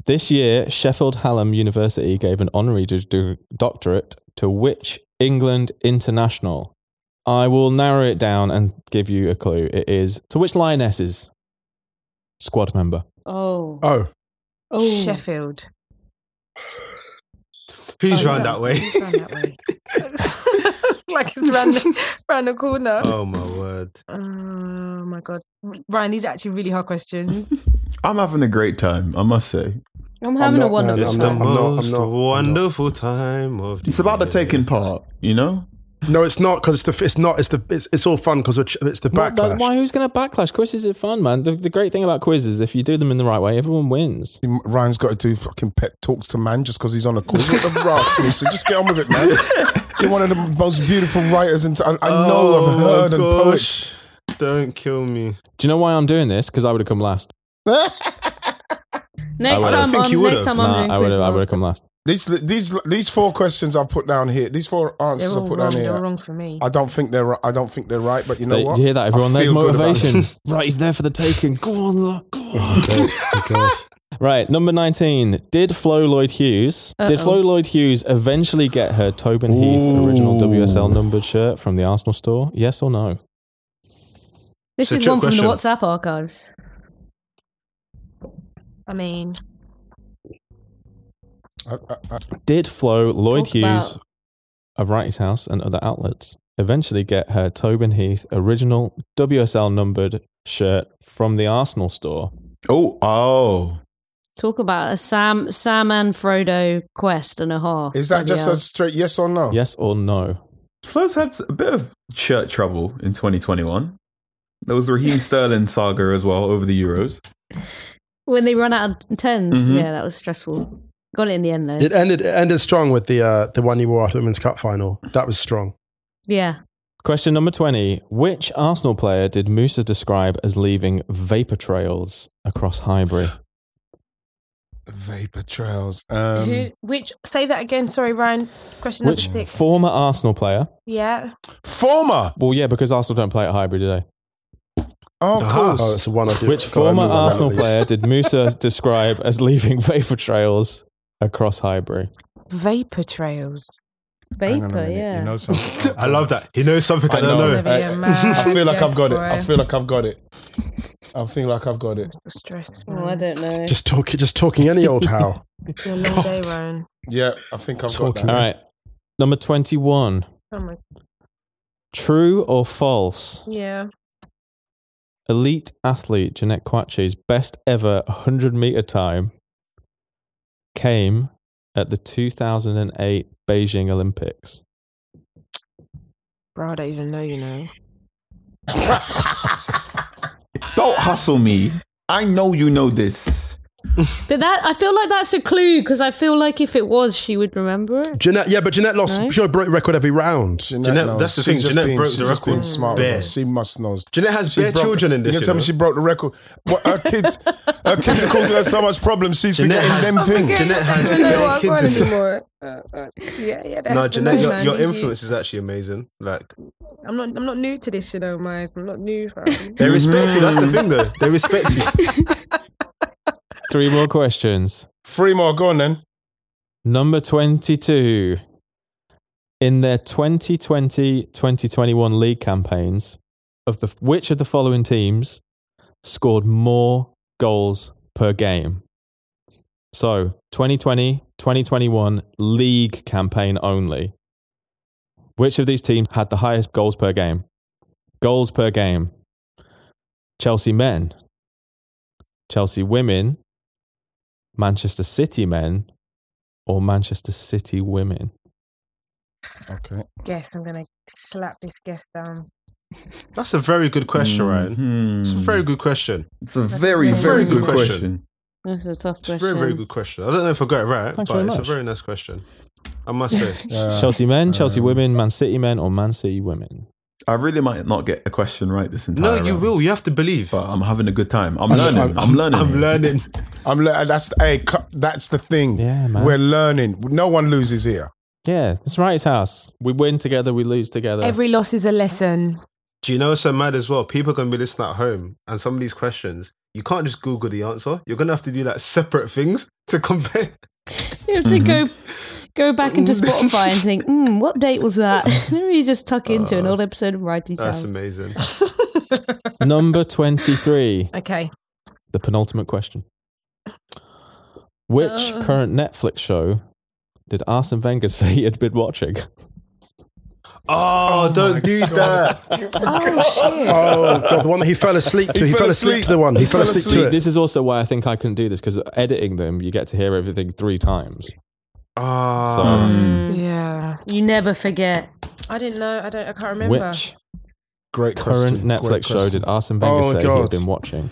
E: This year, Sheffield Hallam University gave an honorary do- do- doctorate to which England international? I will narrow it down and give you a clue. It is to which Lionesses squad member?
H: Oh.
D: Oh,
H: Oh. [LAUGHS]
G: Sheffield.
I: Who's
G: Oh,
I: round
G: yeah.
I: that way?
G: Who's round that way? like it's round the, round the corner. Oh.
I: oh, my word.
G: my god, Ryan, these are actually really hard questions.
F: I'm having a great time, I must say.
H: [LAUGHS] I'm having
D: not-
H: a wonderful
D: no,
I: It's
D: I'm
H: time.
I: the
D: not- I'm not- I'm
I: most
D: not- I'm not.
I: wonderful time of the
F: It's about the
I: year.
F: taking part, you know?
D: no, it's not because it's the it's not it's the it's, it's all fun because it's the
E: Not that-
D: backlash.
E: Why? Who's going to backlash? Quizzes are fun, man. The, the great thing about quizzes, is if you do them in the right way, everyone wins.
C: Ryan's got to do fucking pet talks to man just because he's on a
E: [LAUGHS]
C: quiz. What the rascal? So just get on with it, man. You're one of the most beautiful writers, and I, I know
I: Oh,
C: I've heard
I: my
C: and
I: gosh.
C: poets.
I: Don't kill me.
E: [LAUGHS] Do you know why I'm doing this? Because I would have come last.
H: Next
E: I would've.
H: time
E: I think
H: on-
E: you
H: next
E: would've.
H: time on
E: Nah,
H: Ring
E: I would've- I
H: Quiz
E: would've come [LAUGHS] last.
C: These these these four questions I've put down here. These four answers
G: They're
C: I
G: all
C: put
G: wrong.
C: down here.
G: They're wrong for me.
C: I don't think they're. ri- I don't think they're right. But you know
E: They-
C: what?
E: do you hear that,
C: I
E: everyone? There's
C: feel good about
E: motivation.
C: it.
E: [LAUGHS] right, he's there for the taking. Go on, look.
C: [LAUGHS]
E: Go on. Oh, [LAUGHS] Right, number 19. Did Flo Lloyd Hughes did
H: Uh-oh.
E: Flo Lloyd Hughes eventually get her Tobin Heath original WSL numbered shirt from the Arsenal store? Yes or no?
H: This
E: It's a
H: is one
E: trick
H: from the
E: question.
H: WhatsApp archives.
G: I mean,
C: Uh,
E: Did Flo Lloyd
G: Talk
E: Hughes
G: about-
E: of Righty's House and other outlets eventually get her Tobin Heath original WSL numbered shirt from the Arsenal store?
F: Oh, oh.
H: Talk about a Sam Sam and Frodo quest and a half.
C: Is that just a straight yes or no?
E: Yes or no?
F: Flo's had a bit of shirt trouble in 2021. There was the Raheem Sterling saga as well over the Euros.
H: when they run out of 10s
D: Mhm.
H: Yeah, that was stressful. Got it in the end though.
D: It ended it ended strong with the uh, the one you wore at the Women's Cup final. That was strong.
H: yeah.
E: Question number 20. Which Arsenal player did Musa describe as leaving vapor trails across Highbury?
C: Vapor trails. Um,
G: who? Which? Say that again. Sorry, Ryan. Question number
E: Which
G: six.
E: former Arsenal player?
G: yeah.
C: Former?
E: Well, yeah, because Arsenal don't play at Highbury, do they?
C: Oh,
D: of course. Oh, it's a one I did-
E: Which
D: God, I
E: former
D: remember that at
E: Arsenal
D: least.
E: player did
D: [LAUGHS]
E: Musa describe as leaving [LAUGHS] vapor trails across Highbury?
G: Vapor trails.
H: Vapor,
C: yeah.
G: [LAUGHS]
I: I love that. He knows something I,
C: I
I: don't
C: know.
I: know.
C: Maybe a [LAUGHS] man,
I: I feel like
C: yes,
I: I've got it. I
C: boy.
I: feel
C: like I've got it. I feel like I've got it.
G: Stress.
H: Oh, I don't know.
D: Just talking, just talking any
E: [LAUGHS]
D: old how.
G: It's
I: [LAUGHS]
G: a long day, Ryan.
C: Yeah, I think I've
E: All
C: got that.
E: right. Number 21.
G: Oh my.
E: True or false?
G: Yeah.
E: Elite athlete Jeanette Quachi's best ever 100 meter time came at the 2008 Beijing Olympics.
G: Bro, I don't even know. You know.
F: Don't hustle me. I know you know this.
H: But that I feel like that's a clue because I feel like if it was, she would remember it.
D: Jeanette, yeah, but Jeanette lost.
H: No?
D: She broke record every round.
I: Jeanette- that's the
D: She's
I: thing,
D: just
I: Jeanette broke
D: she's
I: the
D: just
I: record.
D: being smart.
I: Bare.
D: with us.
C: She must know.
I: Jeanette has
C: She
I: bare
C: broke-
I: children in this.
C: You
I: You
C: can tell me
I: know?
C: she broke the record. What her kids, her kids are causing her so much problems. She's
I: Jeanette
C: forgetting
I: has-
G: Oh
I: Oh
C: them things.
I: Jeanette has bare kids in-
G: [LAUGHS] yeah, yeah.
I: No, Jeanette, your, your influence is actually amazing. Like
G: I'm not. I'm not new to this, you know, Miles. I'm not new.
I: [LAUGHS] they respect you. That's the thing, though. They respect you.
C: [LAUGHS]
E: Three more questions.
C: Three more. Go on then.
E: Number 22. In their 2020 2021 league campaigns, of the, which of the following teams scored more goals per game? So 2020 2021 league campaign only. Which of these teams had the highest goals per game? Goals per game. Chelsea men, Chelsea women, Manchester City men, or Manchester City women?
C: Okay.
G: [LAUGHS] Guess I'm gonna slap this guess down.
I: That's a very good question, Ryan. It's a
C: Hmm.
I: very good question.
F: It's a very,
I: That's a
F: very
I: very
F: good
I: good
F: question.
H: That's a tough
I: It's a
H: question.
I: very, very good question. I don't know if I got it right,
E: Thanks
I: but
E: very
I: it's a
E: much.
I: very nice question. I
E: [LAUGHS]
I: must say.
D: uh,
E: Chelsea men,
D: um,
E: Chelsea women, Man City men, or Man City women?
F: I really might not get a question right this entire
I: No, you
F: round,
I: will. You have to believe.
F: But I'm having a good time. I'm
C: I'm-
F: learning. I'm,
C: I'm-
F: learning.
I: I'm learning.
C: I'm. Le- that's hey. cu- That's the thing.
E: Yeah, man.
C: We're learning. No one loses here.
E: Yeah, that's right, his house. We win together, we lose together.
G: Every loss is a lesson.
I: Do you know what's so mad as well? People are going to be listening at home, and some of these questions, you can't just Google the answer. You're going to have to do like separate things to compare. [LAUGHS]
H: [LAUGHS] You have to go go back into Spotify and think, mm, what date was that? [LAUGHS] Maybe you just tuck into an old episode of Righty
I: That's
H: Sounds.
I: amazing.
E: Number 23,
G: Okay.
E: the penultimate question. Which
G: Uh.
E: current Netflix show did Arsene Wenger [LAUGHS] say he had been watching?
I: Oh, don't do
D: [LAUGHS]
I: that.
D: Oh god, the one that he fell asleep to. He, fell asleep. to the one. He, fell asleep,
E: See,
D: to it.
E: this is also why I think I couldn't do this because editing them, you get to hear everything three times. So,
I: Ah,
G: Yeah.
H: You never forget.
G: I didn't know. I don't. I can't remember.
E: which
C: Great
E: current
C: question. Great
E: Netflix show
C: question.
E: did Arsene Wenger
D: Oh,
E: say he had
D: God.
E: been watching?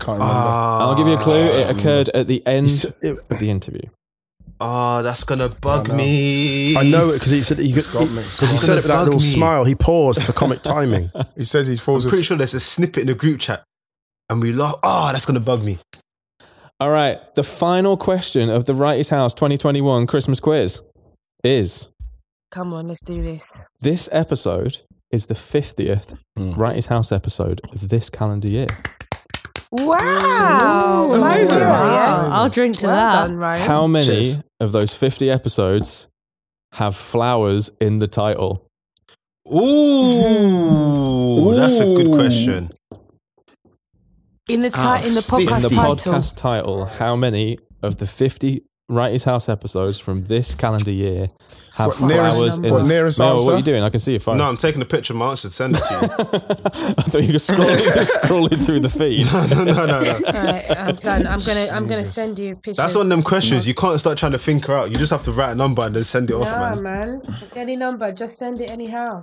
C: Can't remember.
E: I'll give you a clue. It occurred at the end
D: it-
E: of the interview.
I: Ah, that's going to bug
C: know.
I: me.
D: I know it because he said he, 'cause he
I: It's
D: said
I: gonna
D: it with that
I: bug
D: little
I: me.
D: smile. He paused for comic timing.
C: he says he
I: [LAUGHS] I'm
C: falls
I: pretty
C: asleep.
I: sure there's a snippet in the group chat, and we laugh. Oh, that's going to bug me.
E: All right. The final question of the Righties House 2021 Christmas quiz is
G: Come on, let's do this.
E: this episode is the 50th Righties House episode of this calendar year.
G: Wow.
H: Ooh,
G: Well
H: amazing.
G: done,
H: Wow.
G: Ryan.
H: I'll drink to
G: Well
H: that.
G: done, Ryan.
E: How many
J: Cheers.
E: of those 50 episodes have flowers in the title?
I: Ooh, that's a good question.
G: In the, ti-
J: Ah,
G: in the
J: fifty.
E: in
G: podcast
E: the
G: title.
E: podcast title, how many of the 50 Righties House episodes from this calendar year have
C: What, nearest-
E: flowers in
C: what,
E: the
C: nearest
E: Mel, What are you
C: answer?
E: doing? I can see your phone.
I: No, I'm taking a picture of my answer to send it to
E: [LAUGHS] I thought you were
I: [LAUGHS]
E: scrolling, just scrolling through the feed.
I: you. no, no, no, no.
E: [LAUGHS]
G: Alright, I'm done. I'm gonna I'm gonna send you pictures.
I: That's one of them questions. You can't start trying to think her out. You just have to write a number and then send it off,
G: Nah,
I: man.
G: man. Any number, just send it anyhow.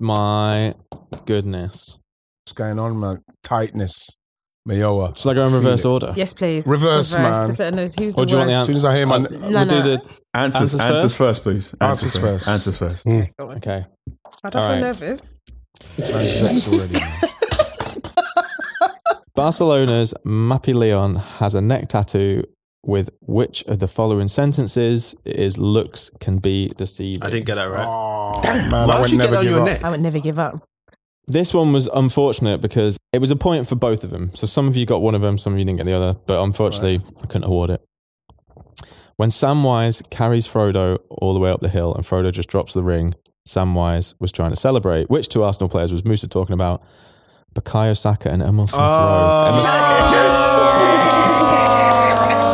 E: my goodness.
C: What's going on, man? Tightness. Mayoa.
E: Shall I go in reverse
C: Feel it.
E: order?
G: Yes, please.
C: Reverse, man.
G: Just let her know
E: Or
G: who's the
E: do you want the answer?
G: worst.
C: As soon as I hear my-
G: No, we'll do no. the
F: answers,
E: answers
F: answers,
E: first?
F: first? please.
C: Answers first.
F: Answers first.
E: Okay.
G: Hmm. I
E: All
G: don't feel
E: right.
G: nervous. [LAUGHS]
E: Barcelona's Mappy Leon has a neck tattoo with which of the following sentences is looks can be deceived.
I: I didn't get that right.
C: Oh, man,
J: Why
C: I
J: would
C: would
J: you get
C: never
J: on
C: give
J: your
C: up.
J: neck?
G: I would never give up.
E: This one was unfortunate because it was a point for both of them. So some of you got one of them, some of you didn't get the other, but unfortunately, I couldn't award it. When Samwise carries Frodo all the way up the hill and Frodo just drops the ring, Samwise was trying to celebrate. Which two Arsenal players was Musa talking about? Bakayo Saka and Emil Smith Rowe.
J: Oh.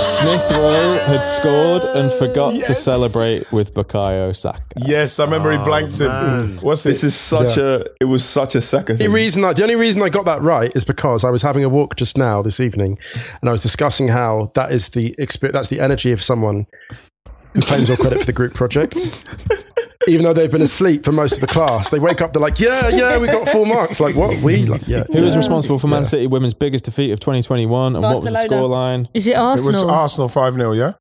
E: Smith Rowe had scored and forgot to celebrate with Bakayo Saka.
C: Yes, I remember he blanked him. What's it?
F: This is such
C: Yeah.
F: a. It was such a sucker
J: The
F: thing.
J: reason I, the only reason I got that right is because I was having a walk just now this evening, and I was discussing how that is the exp- that's the energy of someone who claims all credit for the group
C: [LAUGHS]
J: project, even though they've been asleep for most of the class. They wake up, they're like, "Yeah, yeah, we got four marks." Like what? We like yeah.
E: Who was responsible for Man City women's biggest defeat of 2021 and what was the scoreline?
H: Is it
C: It was
H: Arsenal?
C: Arsenal 5 0, yeah?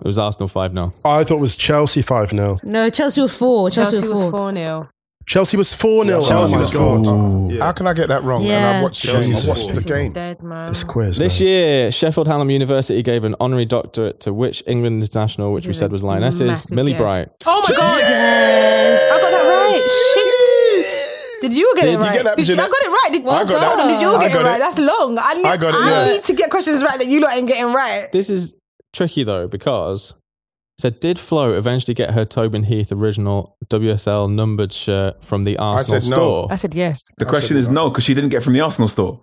E: It was Arsenal 5 0.
J: I thought it was Chelsea five 0
H: no, Chelsea were four. Chelsea,
G: Chelsea
H: were
G: was
H: four.
G: 4 0.
J: Chelsea was 4 0.
C: Chelsea
J: oh my
C: was
J: God.
C: 4-0. How can I get that wrong? And I
J: Yeah.
C: watched, Chelsea, I
J: Jesus.
C: watched the
J: Chelsea
C: game.
J: It's quiz.
E: This year, Sheffield Hallam University gave an honorary doctorate to which England international, which we said was Lionesses,
G: Massive
E: Millie
G: yes.
E: Bright.
G: Oh my god! Yes. I got that right. Shit. Did you get
E: Did
G: it
E: you
G: right?
E: get that,
G: Did you, I
E: Jeanette?
G: got it right. Did,
E: Well I got
G: Hold
E: that.
G: on, Did you
E: I
G: get it
E: got
G: right?
E: it.
G: That's long. I, need,
E: I got it, yeah.
G: need to get questions right that you lot ain't getting right.
E: This is tricky though because so did Flo eventually get her Tobin Heath original WSL numbered shirt from the Arsenal
F: said no.
E: store?
H: I said yes.
F: The question is no, because she didn't get it from the Arsenal store.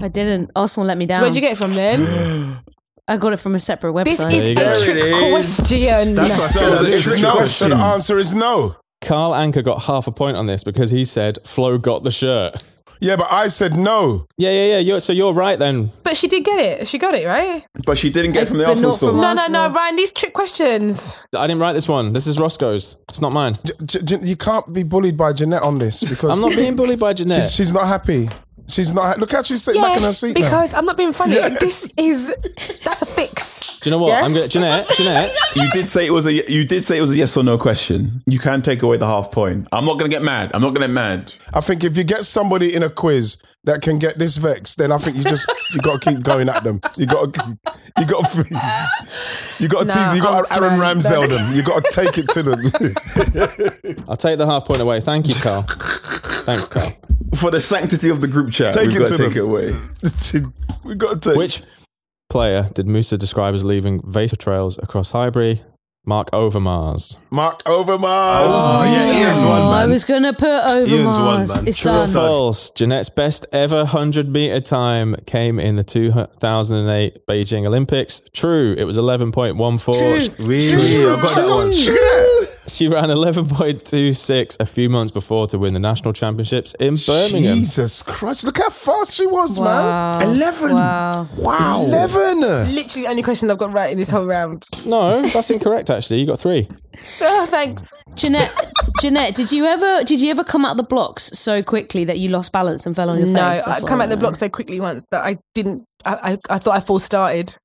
H: I didn't. Arsenal let me down.
G: Where'd you get it from then?
H: [GASPS] I got it from a separate website.
G: This is
E: There
G: a
E: you
G: trick
E: go.
G: question.
E: That's what I said, it's a trick
C: no. So
E: question.
C: the answer is no.
E: Carl Anker got half a point on this because he said Flo got the shirt.
C: Yeah, but I said no.
E: Yeah, yeah, yeah. You're, so you're right then.
G: But she did get it. She got it right.
E: But she didn't get it from
G: But not from no, no, no, Ryan. These trick questions.
E: I didn't write this one. This is Roscoe's. It's not mine.
C: J- J- you can't be bullied by Jeanette on this because
E: I'm not being bullied by Jeanette.
C: She's, she's not happy. She's not. Ha- Look how she's sitting back in her seat now.
G: because I'm not being funny.
C: Yeah.
G: This is that's a fix.
E: Do you know what?
G: Yeah?
E: I'm gonna Jeanette. Jeanette.
F: [LAUGHS] You did say it was a you did say it was a yes or no question. You can take away the half point. I'm not gonna get mad. I'm not gonna get mad.
C: I think if you get somebody in a quiz that can get this vexed, then I think you
G: [LAUGHS]
C: just you got to keep going at them. You got to you got to [LAUGHS] you got to
G: Nah,
C: tease. You got to
G: I'm
C: Aaron
G: sorry.
C: Ramsdale them. You got to take it to them. [LAUGHS]
E: I'll take the half point away. Thank you,
F: [LAUGHS]
E: Carl. Thanks, Carl.
F: For the sanctity of the group chat,
E: Take
F: we've
E: it
F: got
E: to
F: to take
E: them.
F: it away.
C: we got to take
E: Which player did Musa describe as leaving vase trails across Highbury? Mark Overmars.
C: Mark Overmars.
E: Oh, yeah, Ian's won,
H: I
E: man.
H: was gonna put over Mars. It's
E: True or
H: done.
E: false? Jeanette's best ever 100 meter time came in the 2008 Beijing Olympics. True. It was 11.14.
C: True. Really? I got that one. Look at that.
E: She ran 11.26 a few months before to win the national championships in Birmingham.
C: Jesus Christ! Look how fast she was, man. Eleven.
H: Wow.
C: Wow. Eleven.
G: Literally, the only question I've got right in this whole round.
E: No, that's incorrect. Actually, you got three.
G: Oh, thanks, [LAUGHS]
H: Jeanette. Jeanette, did you ever did you ever come out the blocks so quickly that you lost balance and fell on your
G: No,
H: face?
G: I come out the block so quickly once that I didn't. I I, I thought I full started.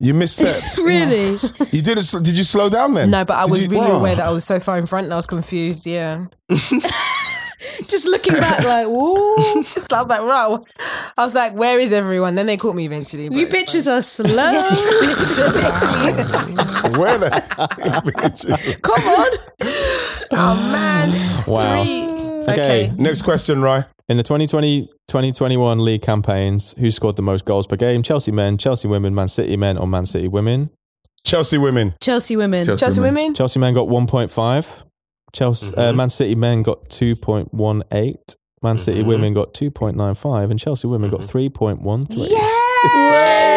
C: You missed
G: [LAUGHS]
C: that.
H: really?
C: You did it. sl- Did you slow down then?
G: No, but I
C: Did
G: was
C: you-
G: really
C: Wow.
G: aware that I was so far in front and I was
C: [LAUGHS]
G: confused. Yeah.
H: Just looking back, like, whoa.
C: [LAUGHS]
G: Just I was like, right. I was, I was like, where is everyone? Then they caught me eventually.
H: You bitches are slow.
C: [LAUGHS] Where the? [LAUGHS]
G: [LAUGHS] Come
H: [LAUGHS]
G: on. Oh man.
E: Wow. Okay.
C: Next question, Rye.
E: In the 2020 2021 league campaigns, who scored the most goals per game? Chelsea men, Chelsea women, Man City men, or Man City women?
C: Chelsea women.
H: Chelsea women.
E: Chelsea men got 1.5. Chelsea uh,
C: Mm-hmm.
E: Man City men got 2.18. Man City
C: Mm-hmm.
E: women got 2.95 and Chelsea women got 3.13.
H: Yay!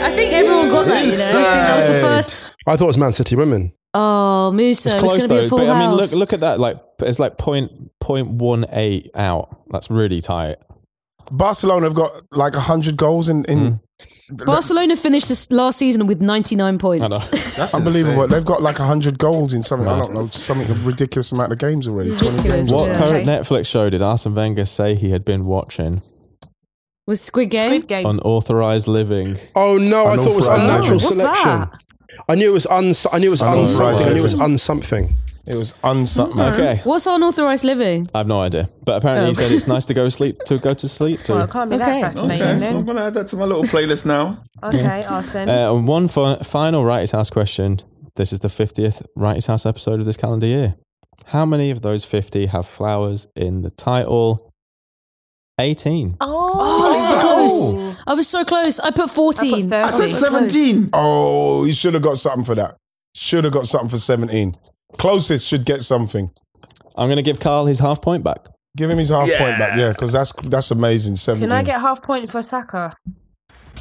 H: I think everyone got that, you know. I think that was the first.
J: I thought it was Man City women.
H: Oh, Musa, it's, going to be a full
E: but
H: house.
E: I mean, look look at that. Like it's like point point one eight out. That's really tight.
C: Barcelona have got like hundred goals in. in
H: Barcelona finished this last season with 99 points.
C: That's unbelievable. They've got like hundred goals in something. I don't know something a ridiculous amount of games already. Twenty games.
E: What current Netflix show did Arsene Wenger say he had been watching?
H: [LAUGHS] Was Squid Game? Squid
G: Game.
E: Unauthorized living.
J: Oh no! I thought it was
E: Unauthorized.
J: unnatural
E: Oh, what's
J: selection.
E: that?
J: I knew it was uns. I knew it was
E: Unauthorized.
J: unsomething. I knew it was unsomething.
C: It was unsomething.
E: Oh, Okay,
H: What's unauthorized living?
E: I have no idea, but apparently he
H: Oh.
E: said it's nice to go sleep to go to sleep to.
G: Well, it can't be
H: Okay.
G: that fascinating
F: Okay,
G: then.
F: I'm gonna add that to my little playlist now.
G: Okay, Arsene.
E: Uh, and one fi- final Writers House question. This is the 50th Writers House episode of this calendar year. How many of those 50 have flowers in the title? 18.
H: Oh, I was so close. I was so close. I put 14.
G: I
H: was so close.
C: Oh, you should have got something for that. Should have got something for seventeen. Closest should get something.
E: I'm going to give Carl his half point back.
C: Give him his half point back. Yeah, because that's that's amazing. Seventeen.
G: Can I get half point for Saka?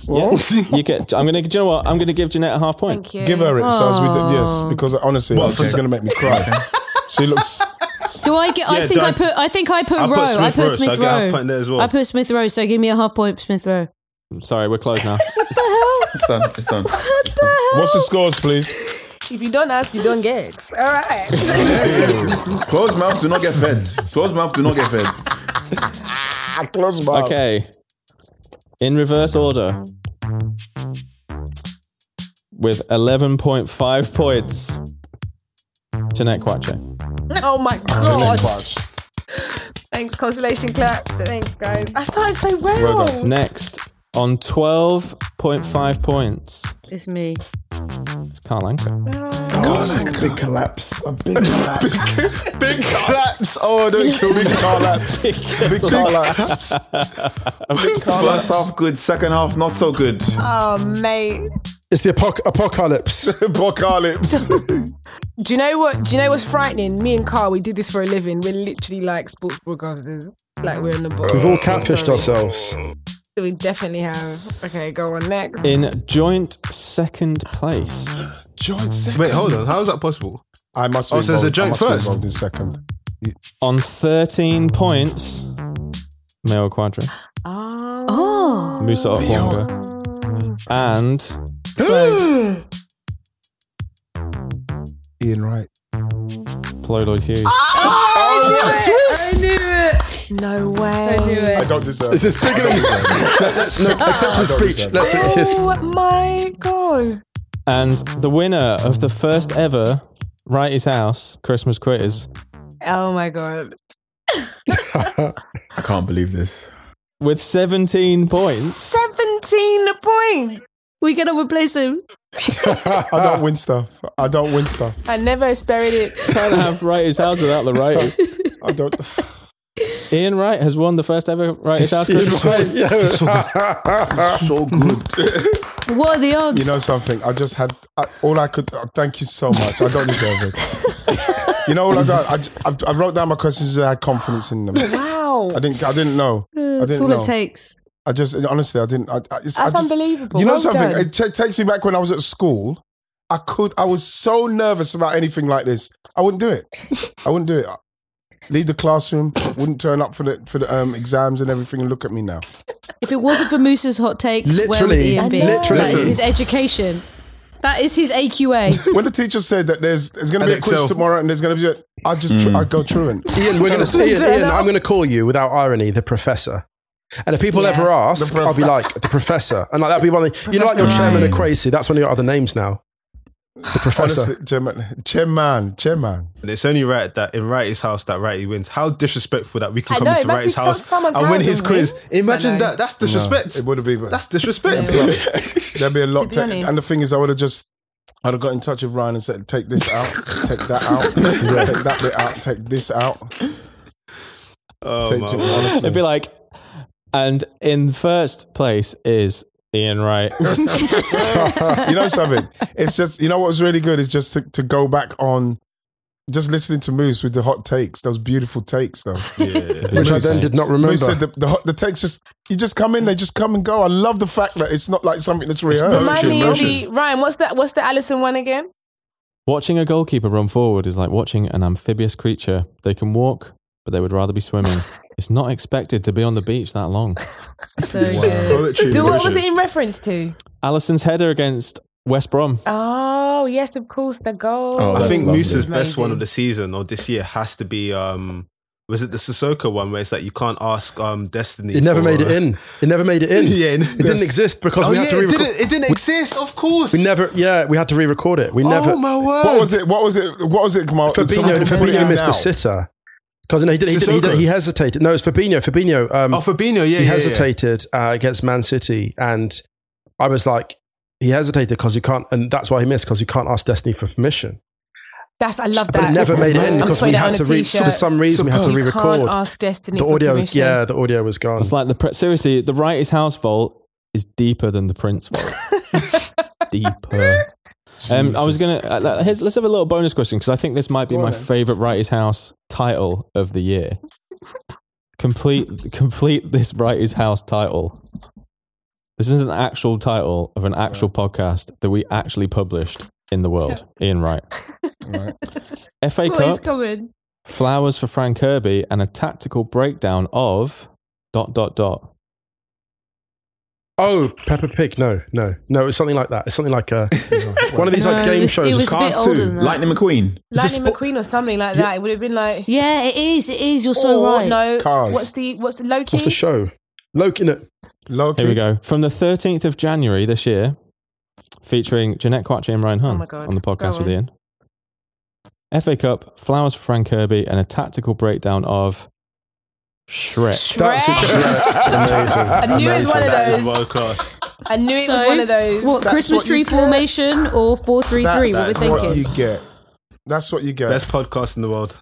E: you get. I'm going to. Do you know what? I'm going to give Jeanette a half point.
G: Thank you.
C: Give her it, so as we
G: Oh.
C: did, yes,
H: Aw.
C: because honestly,
F: Well,
C: she's
F: for-
C: going to make me [LAUGHS] cry. she looks.
H: Do I get? I
I: Yeah,
H: think I
I: don't-
H: put. I think I put
I: I
H: Rowe.
I: put
H: I
I: Smith
H: put
I: Rowe, so I
H: Smith
I: get half
H: Rowe.
I: point there as well.
H: I put Smith Rowe. So give me a half point for Smith Rowe.
E: I'm sorry, we're closed now.
F: It's done. It's done.
C: What's the scores, please?
G: If you don't ask, you don't get. All right.
F: Closed mouth do not get fed. Closed mouth do not get fed.
C: Ah, Close mouth.
E: okay. In reverse order. With 11.5 points, Jeanette Quache.
G: Oh my
E: Brilliant.
G: god. Thanks, consolation clap. Thanks, guys. I started so well.
E: Next, on 12.5 points,
H: It's me.
E: it's Carl Anker.
D: big collapse. A big
J: [LAUGHS]
D: collapse.
C: Big collapse. Oh, don't kill me. Collapse.
E: [LAUGHS]
C: Big [LAUGHS]
G: [LAUGHS]
C: collapse.
F: First half good, second half not so good.
G: Oh, mate.
J: It's the apoc- apocalypse.
C: [LAUGHS] apocalypse.
G: Do you know what? Do you know what's frightening? Me and Carl, we do this for a living. We're literally like sports broadcasters. Like we're in the box.
J: We've all catfished ourselves.
G: We definitely have. Okay, go on next.
E: In joint second place.
C: Joint second.
I: Wait, hold on. How is that possible?
C: I must.
I: Oh, so there's a
C: I
I: joint
C: must be
I: first.
C: involved in second.
E: On 13 points, Mayo Quadra,
G: [GASPS] Oh.
E: Musa Okwonga, and
G: Oh,
C: Ian Wright.
E: Plodoid Hughes.
G: I knew it. No way. I knew
C: I
G: it.
C: don't deserve.
J: This is bigger than. Let's-
G: [LAUGHS]
J: no, accept his speech. Let's take a kiss.
G: Oh my god.
E: And the winner of the first ever Righty's House Christmas quiz
G: Oh my god.
F: I can't believe this.
E: with 17 points.
G: 17 points.
H: We're going to replace him.
C: I don't win stuff. I don't win stuff.
G: I never
J: [LAUGHS]
G: spared it.
E: Can't have Righty's House without the Righty.
C: I don't.
E: Ian Wright has won the first ever Righty's House
J: Ian
E: Christmas
J: [LAUGHS] Wright,
E: quiz. [LAUGHS]
J: yeah.
F: So good.
H: What are the odds? [LAUGHS]
C: You know something? I just had I, all I could. Uh, thank you so much. I don't deserve it. you know what I got? I, j- I- I wrote down my questions. and I had confidence in them. I
G: Wow.
C: didn't. I didn't know. I
H: That's
C: didn't
H: all
C: know.
H: it takes.
C: I just honestly, I didn't. I, I, it's, I
G: That's
C: just-
G: unbelievable.
C: You know
G: Well
C: something?
G: done.
C: It ta- takes me back when I was at school. I could. I was so nervous about anything like this. I wouldn't do it. I wouldn't do it. I- Leave the classroom. Wouldn't turn up for the for the um, exams and everything. And look at me now.
H: If it wasn't for Moose's hot takes, where would
J: Literally,
H: Ian be?
J: literally.
H: That is his education. That is his
I: [LAUGHS]
H: AQA.
C: When the teacher said that there's there's going to be a
I: And
C: quiz
I: Excel.
C: tomorrow and there's going to be, a, I just tr- I go truant.
J: Mm. Ian, we're gonna, Ian,
G: Turn
J: Ian,
G: up.
J: I'm going to call you without irony the professor. And if people
G: Yeah.
J: ever ask,
C: The prof-
J: I'll be like the professor, and like that'll be one thing. You know, like your chairman of Crazy. That's one of your other names now. The professor.
C: Honestly, chairman, chairman, chairman.
I: And it's only right that in Righty's house that Righty wins. How disrespectful that we can
G: I
I: come
G: know,
I: into
G: imagine
I: Righty's
G: some-
I: house
G: someone's
I: and win
G: house
I: his
G: and
I: quiz.
G: win. I
I: Imagine
G: know.
I: that. That's disrespect.
C: It would have been.
I: That's disrespect.
C: There'd be a lot.
G: To be
C: to-
G: honest.
C: and the thing is, I would have just, I'd have got in touch with Ryan and said, take this out, take that out, take that bit out, take this out. [LAUGHS]
I: Oh,
C: take
I: my
C: two,
I: word.
E: It'd be like, and in first place is Ian Wright.
C: you know something? It's just, you know what was really good is just to, to go back on, just listening to Moose with the hot takes, those beautiful takes though.
J: Which I then did not remember.
C: Moose said the, the, hot, the takes just, you just come in, they just come and go. I love the fact that it's not like something that's rehearsed.
G: Remind
F: Roaches,
G: me of
F: roaches.
G: the Ryan. What's that? What's the Allison one again?
E: Watching a goalkeeper run forward is like watching an amphibious creature. They can walk, but they would rather be swimming. it's not expected to be on the beach that
G: [LAUGHS]
E: long.
H: So good.
F: Poetry.
G: Do what was it in reference to?
E: Allison's header against West Brom.
G: Oh yes, of course the goal.
F: Oh,
I: I
F: that's
I: think
F: lovely.
I: Moose's best
G: Amazing.
I: one of the season or this year has to be. um Was it the Sissoko one where it's like you can't ask um Destiny?
J: It never
I: for-
J: made it
I: [LAUGHS]
J: in. It never made it in.
I: Yeah,
J: it
I: it
J: didn't
I: does.
J: exist because
I: Oh
J: we
I: yeah,
J: had to
I: it
J: re-record.
I: didn't, it didn't exist. Of course.
J: we never. Yeah, we had to re-record it. We never.
I: oh my word!
C: What was it? What was it? What was it, Kamal?
J: Fabinho,
C: Someone-
J: Fabinho missed
C: now.
J: the sitter because no, he didn't. He, didn't, he,
I: Sissoko.
J: didn't, he hesitated. No, it's Fabinho. Fabinho. Um,
I: Oh, Fabinho. Yeah, yeah,
J: he
I: yeah.
J: hesitated Uh, against Man City, and I was like, he hesitated because you can't, and that's why he missed because you can't ask Destiny for permission.
G: That's I love
J: But
G: that.
J: it never made it in
G: I'm
J: because
G: putting
J: we
G: that
J: had
G: on a
J: to re-
G: t-shirt.
J: for some reason we had to
G: You Can't
J: re-record
G: ask Destiny
J: the
G: for
J: audio.
G: permission.
J: Yeah, the audio was gone.
E: It's like the pre- seriously, the Wright's house vault is deeper than the Prince
J: [LAUGHS]
E: vault. It's deeper. Um, I was gonna. Uh, uh, here's, let's have a little bonus question because I think this might be
C: Go on
E: my
C: then.
E: favorite Wright's house title of the year. complete, complete this Wright's house title. This is an actual title of an actual podcast that we actually published in the world. Ian Wright,
C: Right.
E: FA
H: Oh, he's
E: Cup,
H: coming.
E: flowers for Frank Kirby, and a tactical breakdown of dot dot dot.
J: oh, Peppa Pig. No, no, no. It was something like that. It's something
H: [LAUGHS]
J: like a, one of these like
H: No,
J: game
H: it was-
J: shows.
H: it
J: or
H: was a
J: something.
H: bit older than that.
F: Lightning McQueen.
G: Lightning
J: sport-
G: McQueen or something like that. It would have been like.
H: Yeah, it is. It is. You're so
G: or,
H: right.
G: No.
C: Cars.
G: What's the What's the Loki?
J: What's the show? Loki. No,
C: Loki.
E: Here we go. From the 13th of January this year, featuring Jeanette Quatchy and Ryan Hunt
G: my God.
E: on the
G: Go
E: podcast with
G: on.
E: Ian. FA Cup, flowers for Frank Kirby, and a tactical breakdown of Shrek.
G: That's
I: [LAUGHS]
G: a- Shrek. I knew it was one of Amazing. those.
I: World class.
G: I knew it was one of those.
H: What
G: That's
H: Christmas
G: what you
H: tree formation or four three three? What we're
C: That's what
H: thinking.
C: you get. That's what you get.
I: Best podcast in the world.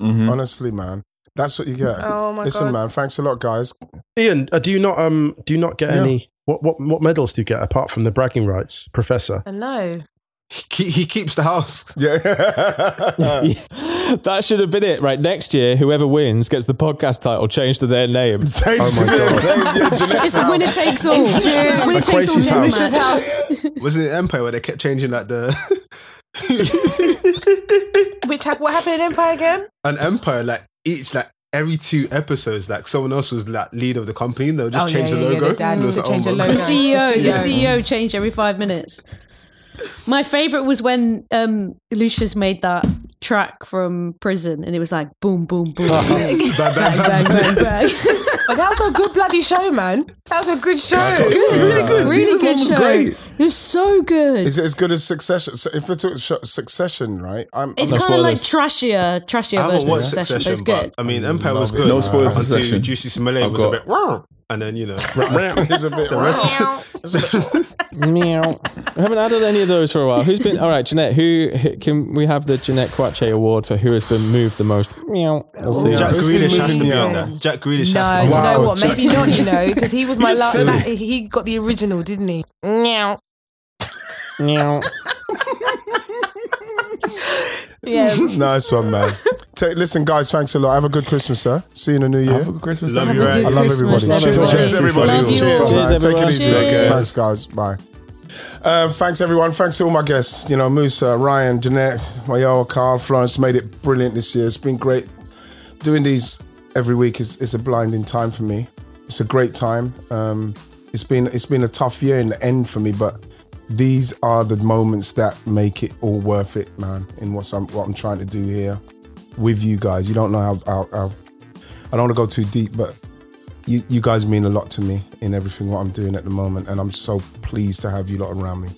E: Mm-hmm.
C: Honestly, man, that's what you get.
G: Oh, my
C: Listen,
G: God.
C: man, thanks a lot, guys.
J: Ian, uh, do you not um do you not get
C: Yeah.
J: any what, what what medals do you get apart from the bragging rights, Professor?
G: I know.
C: He, he keeps the
I: [LAUGHS]
C: house. Yeah.
E: that should have been it. Right, next year, whoever wins gets the podcast title changed to their
I: [LAUGHS]
E: name.
C: oh my god!
H: It's a winner takes
G: [LAUGHS]
H: all.
G: It's you.
H: It's a winner takes all.
E: Equation's
H: never
E: house.
H: match.
I: Was it Empire where they kept changing like the
G: Which ha- what happened in Empire again?
I: an Empire like each like every two episodes like someone else was like leader of the company and they'll just
G: Oh, yeah,
I: change
G: yeah,
I: the
G: yeah,
I: logo.
G: they did.
I: And it was
G: They
I: like,
G: changed
I: oh
G: the E
I: my
G: [LAUGHS]
H: The
I: God.
H: CEO,
I: Yeah.
H: your CEO changed every five minutes. My favorite was when um, Lucius made that track from prison, and it was like boom, boom,
G: [LAUGHS]
H: boom, bang, bang, bang, bang, bang.
G: But that was a good bloody show, man. That was a good show.
C: really good.
H: really good
C: Season
H: show.
C: one was
H: It was so good.
C: Is it as good as Succession? So if we're talking sh- Succession, right? I'm,
H: it's
C: I'm-
H: kind of like trashier, trashier
I: I haven't
H: version of
I: watched
H: Succession, but it's
I: Succession,
H: good.
I: but I mean, Empire was
C: Love it.
I: good.
C: No spoilers for
I: Until
C: Succession.
I: Juicy Smollett
C: I've
I: was a
C: got-
I: bit, "Wow," and then
C: [LAUGHS]
I: you know, [LAUGHS]
C: it's a bit.
I: the rest.
E: [LAUGHS] Meow. I haven't added any of those for a while. Who's been all right, Jeanette? Who can we have the Jeanette Quache award for who has been moved the most? Meow. We'll see.
I: Jack
C: Who's
I: Grealish has to
C: moving
I: be
C: now?
I: on there. Jack Grealish
G: No,
I: has
G: you
I: to be
G: know
I: on
G: what?
I: there.
G: Maybe not. You know,
C: [LAUGHS]
G: because he was my
I: You
G: last.
I: said it.
G: he got the original, didn't he? Meow.
E: Meow.
G: Yeah.
C: [LAUGHS] nice one, man. Take, listen, guys, thanks a lot. Have a good Christmas, sir. See you in the new year. Have a good Christmas.
I: Love Have you, a right?
C: I
I: good
C: love everybody.
I: Christmas, everybody.
C: Cheers, everybody.
I: Love you
C: Cheers,
I: all.
C: man.
I: Cheers,
C: Take it
I: everyone.
C: easy.
I: Cheers.
C: Thanks, guys. Bye. Uh, thanks everyone. Thanks to all my guests. You know, Musa, Ryan, Jeanette, Mayal, Carl, Florence made it brilliant this year. It's been great doing these every week. Is, is a blinding time for me. It's a great time. Um, it's been it's been a tough year in the end for me, but these are the moments that make it all worth it, man. In what's I'm, what I'm trying to do here with you guys. You don't know how, how, how I don't want to go too deep, but you, you guys mean a lot to me in everything what I'm doing at the moment, and I'm so pleased to have you lot around me.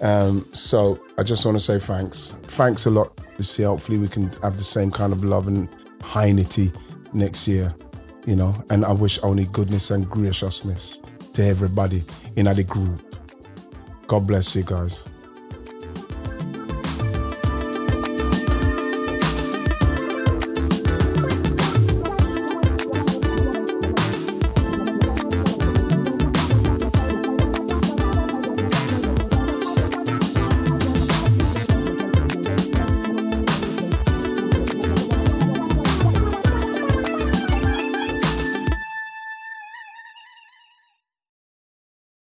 C: Um, so I just want to say thanks, thanks a lot this year. Hopefully, we can have the same kind of love and hinity next year, you know. And I wish only goodness and graciousness to everybody in the group. God bless you guys.